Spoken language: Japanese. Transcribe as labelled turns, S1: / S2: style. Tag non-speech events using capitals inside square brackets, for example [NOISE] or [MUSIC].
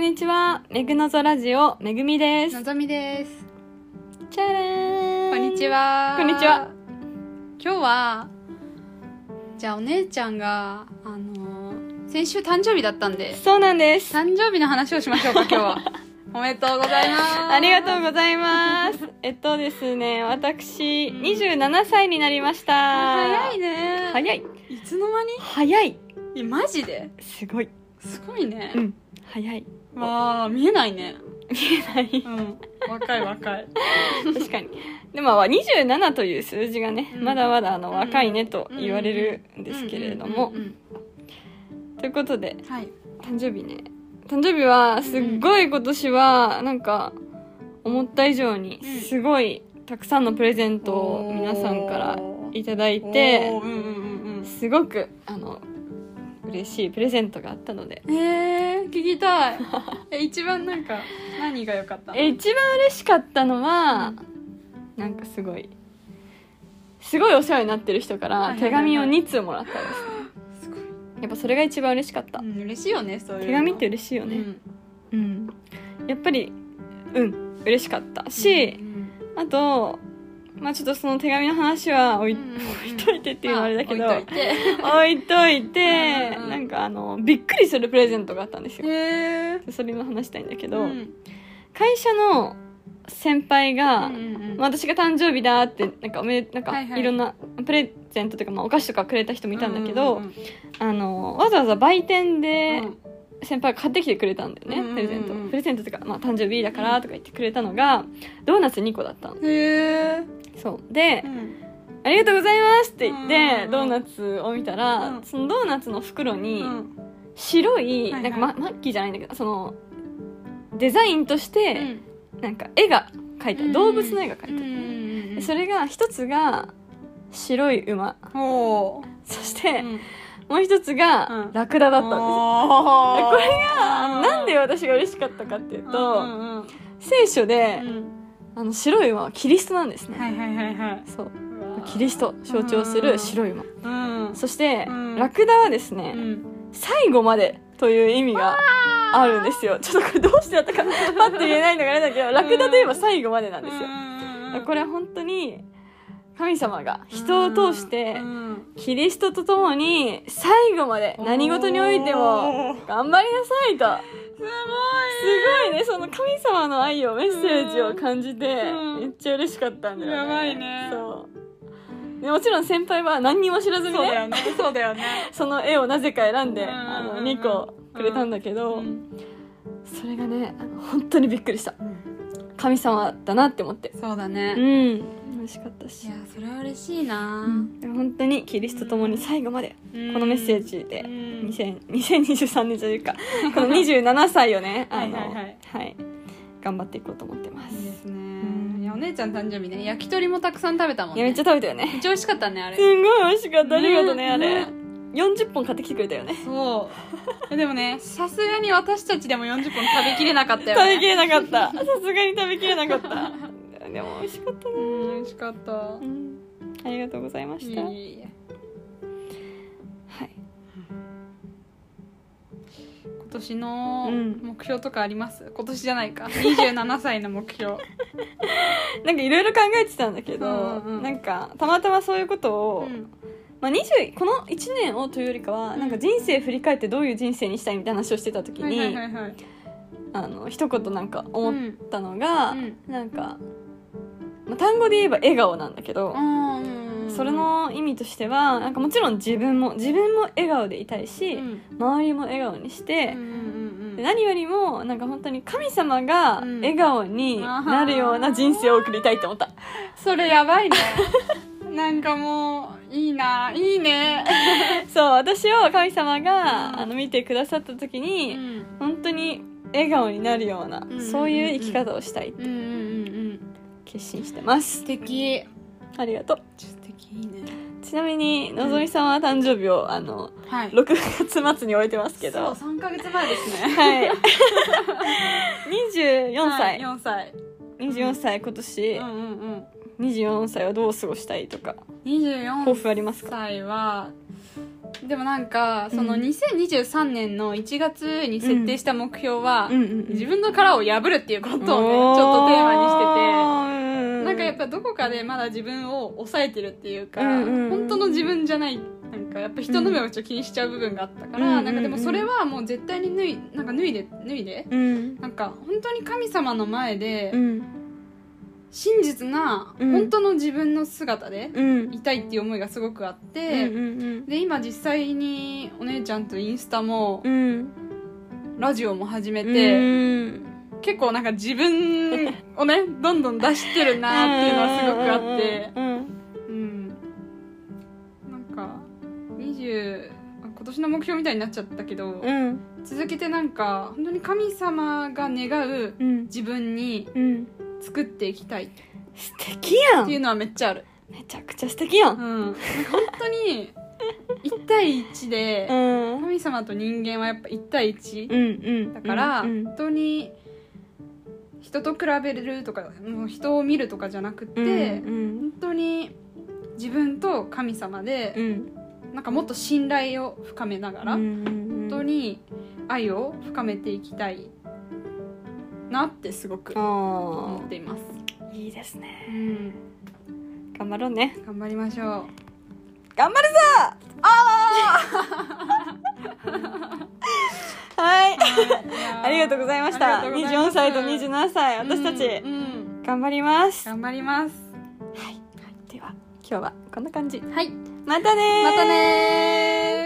S1: にちは。めぐのぞラジオ、めぐみです
S2: の。ぞみです。
S1: チャレン
S2: こんにち。は。
S1: こんにちは。
S2: 今日は、じゃあお姉ちゃんが、あのー先週誕生日だったんで、
S1: そうなんです。
S2: 誕生日の話をしましょ
S1: [LAUGHS]
S2: うか、今日は。おめでとうございます。
S1: ありがとうございます。 [LAUGHS] えっとですね、私、27歳になりました。
S2: 早いね。
S1: 早い。
S2: い。つの間に
S1: 早い。
S2: え、マジです
S1: ごい。
S2: すごいね
S1: う。ん。早い。
S2: わあ見えないね。
S1: 見えない。
S2: うん。若い若い。
S1: 確かに。 [LAUGHS] でも、まあ27という数字がね、
S2: うん
S1: まだまだあの
S2: うん
S1: 若いねと言われるんですけれども
S2: うん。うん
S1: ということで、
S2: うんはい。
S1: 誕生日ね誕生日はすっごい今年はなんか思った以上に
S2: うん
S1: すごいたくさんのプレゼントを皆さんからいただい
S2: お
S1: て
S2: ーうんうんうん
S1: すごくあの嬉しいプレゼントがあったので
S2: うん。えー、聞き
S1: [LAUGHS]
S2: たい。え、一番なんか、何が良かったの
S1: え一番嬉しかったのは
S2: うん
S1: なんかすごいすごいお世話になってる人か
S2: はい
S1: ら
S2: はいは
S1: 手
S2: い
S1: 紙を2通もらったんです
S2: すごい
S1: やっぱそれが一番嬉しかった
S2: うん、嬉しいよねそういうの
S1: 手紙って嬉しいよねうんやっぱりうん嬉しかったし、
S2: うん
S1: あと、まあちょっとその手紙の話は置い,、
S2: うんうんうん
S1: 置いといてっていうのはあれだけど、
S2: まあ置いと
S1: 置い
S2: いて
S1: といて、
S2: うんうん
S1: なんかあの、びっくりするプレゼントがあったんですよ。
S2: へえ
S1: それも話したいんだけ
S2: う
S1: ど、
S2: ん
S1: 会社の先輩が、
S2: うんうん
S1: まあ私が誕生日だって、なんかおめで、なんか、
S2: はいいはい
S1: ろんなプレゼントというか、まあお菓子とかくれた人もいたんだけど、
S2: うんうんうん
S1: あの、わざわざ売店で
S2: うん
S1: 先輩が買ってきてくれたんだよね、
S2: うんうんうん
S1: プレゼント。プレゼントというか、まあ誕生日だからとか言ってくれたのが、ドーナツ2個だったの。
S2: へえ
S1: そう。で
S2: う、ん
S1: ありがとうございますって言って、
S2: うん
S1: ドーナツを見たら、
S2: うん
S1: そのドーナツの袋に
S2: うん
S1: 白い、
S2: はいは
S1: ないんかママッキーじゃないんだけどそのデザインとして、なんか絵が描いた、
S2: うん
S1: 動物の絵が描いた、
S2: うん
S1: でそれが一つが白い馬
S2: おー
S1: そして、
S2: うん
S1: もう一つ
S2: う
S1: が
S2: ん
S1: ラクダだったんですよ、
S2: おー
S1: これが
S2: うん
S1: なんで私が嬉しかったかっていううんと、
S2: うんうん
S1: 聖書で
S2: う、ん
S1: あの白い馬はキリストなんですね、
S2: はいはいはいはい
S1: そう
S2: うわー
S1: キリスト象徴する白い馬、
S2: うん
S1: そして、
S2: うん
S1: ラクダはですね、
S2: うん
S1: 最後までという意味があるんですよ。ちょっとこれどうしてだったかパッと言えないのがあれだけど、ラクダといえば最後までなんですよ。これ
S2: れ
S1: は本当に神様が人を通してキリストと共に最後まで何事においても頑張りなさいと。
S2: すごい
S1: すごいね、その神様の愛をメッセージを感じて
S2: うん
S1: めっちゃ嬉しかったんだよね。
S2: やばいね
S1: そう。でもちろん先輩は何にも知らずに
S2: そうだ
S1: ね、
S2: よねそうだよね
S1: その絵をなぜか選んで、
S2: うん
S1: あの、2個くれたんだけど、
S2: うん
S1: それがねあの本当にびっくりした神様だなって思って
S2: そうだ
S1: う
S2: ね
S1: ん美味しかった
S2: い
S1: し
S2: やそれは嬉しいな
S1: うん本当にキリストともに最後までこのメッセージで
S2: 2000
S1: 2000 2023年というかこの27歳をね
S2: は
S1: あ
S2: い
S1: の
S2: はいはい
S1: はい頑張っていこうと思ってま
S2: いいですすねいやお姉ちゃん誕生日ね焼き鳥もたくさん食べたもん
S1: いやめっちゃ
S2: ね
S1: 食べたよね
S2: めっちゃ美味しかったねあれ
S1: すんごい美味しかったありがとうねあれ
S2: ね
S1: 40本買ってきてくれたよね
S2: そうでもねさすがに私たちでも40分食べきれなかったよ
S1: 食べき
S2: ね
S1: れなかったさすがに食べきれなかった
S2: [LAUGHS]
S1: でも美味しかったな
S2: うん美味しかった
S1: うんありがとうございましたはい
S2: いい今年の
S1: うん
S2: 目標とかあります今年じゃないか27歳の目標
S1: なんかいろいろ考えてたんだけど、
S2: うんうん
S1: なんかたまたまそういうことを、
S2: うん
S1: まあ、20この1年をというよりかは、
S2: うん
S1: なんか人生振り返ってどういう人生にしたいみたいな話をしてた時に、
S2: はいはいはいはい
S1: あの一言なんか
S2: う
S1: 思っ
S2: ん
S1: たのが、
S2: うん
S1: なんか、まあ、単語で言えば笑顔なんだけど、
S2: うん
S1: それの意味としてはなんかもちろん自分も自分も笑顔でいたいし、
S2: うん
S1: 周りも笑顔にして
S2: うん、うん
S1: で何よりもなんか本当に神様が
S2: うん
S1: 笑顔になるような人生を送りたいと思った。
S2: それやばいね [LAUGHS] なんかもういいないいね、
S1: そう私を神様が、
S2: うん
S1: あの見てくださった時
S2: う
S1: に、
S2: ん、
S1: 本当に笑顔になるような、
S2: んうんうん
S1: そういう生き方をしたい
S2: うんうんうんうん
S1: 決心してます
S2: 素敵
S1: ありがとう
S2: 素敵いいね
S1: ちなみにのぞみさんは誕生日を、あの
S2: はい
S1: 6月末に終えてますけど
S2: そう3ヶ月前ですね
S1: はい
S2: [LAUGHS]
S1: 24歳、
S2: はい、4歳
S1: 24歳今年、
S2: うんうんうん
S1: 24歳はどう過ごしたいとか
S2: 24
S1: 抱負ありますか
S2: 歳はでもなんかその
S1: うん
S2: 2023年の1月に設定した目標は、
S1: うんうんうん
S2: 自分の殻を破るっていうことをねちょっとテーマにしてて
S1: て
S2: なんかやっぱどこかでまだ自分を抑えてるっていうか、
S1: うんうんうん
S2: 本当の自分じゃないなんかやっぱ人の目をちょっと気にしちゃう部分があったから、
S1: うんうんうん
S2: なんかでもそれはもう絶対に脱いなんか脱いで脱いで、
S1: うん
S2: なんか本当に神様の前で
S1: うん
S2: 真実な
S1: うん
S2: 本当の自分の姿で
S1: うん
S2: いたいっていう思いがすごくあって。
S1: うん
S2: で今実際にお姉ちゃんとインスタも
S1: うん
S2: ラジオも始め
S1: う
S2: て、
S1: ん
S2: 結構なんか自分をねどんどん出してるなっていうのはすごくあって
S1: うん
S2: うんなんか20あ今年の目標みたいになっちゃったけど、
S1: うん
S2: 続けてなんか本当に神様が願う
S1: うん
S2: 自分に
S1: うん
S2: 作っていきたいっ
S1: 素敵やん
S2: ていうのはめっちゃある、
S1: めちゃくちゃ素敵や
S2: うん
S1: ん
S2: なんか本当に1対1で
S1: うんうん
S2: 神様と人間はやっぱ1対1、
S1: うん
S2: だから、
S1: うん
S2: 本当に人と比べるとかもう人を見るとかじゃなくて、
S1: うんうん
S2: 本当に自分と神様で、
S1: うん
S2: なんかもっと信頼を深めながら、
S1: うんうん
S2: 本当に愛を深めていきたいなってすごく
S1: あ
S2: 思っています、
S1: あいいですね
S2: うん、
S1: 頑張ろうね
S2: 頑張りましょう
S1: 頑張るぞああはい [LAUGHS] ありがとうございました。
S2: ありがとうございま
S1: 24
S2: す
S1: 歳と27歳、私たち、
S2: うんうん
S1: 頑張ります。は
S2: 頑張ります
S1: い。では、今日はこんな感じ。
S2: はい
S1: またねー
S2: またねー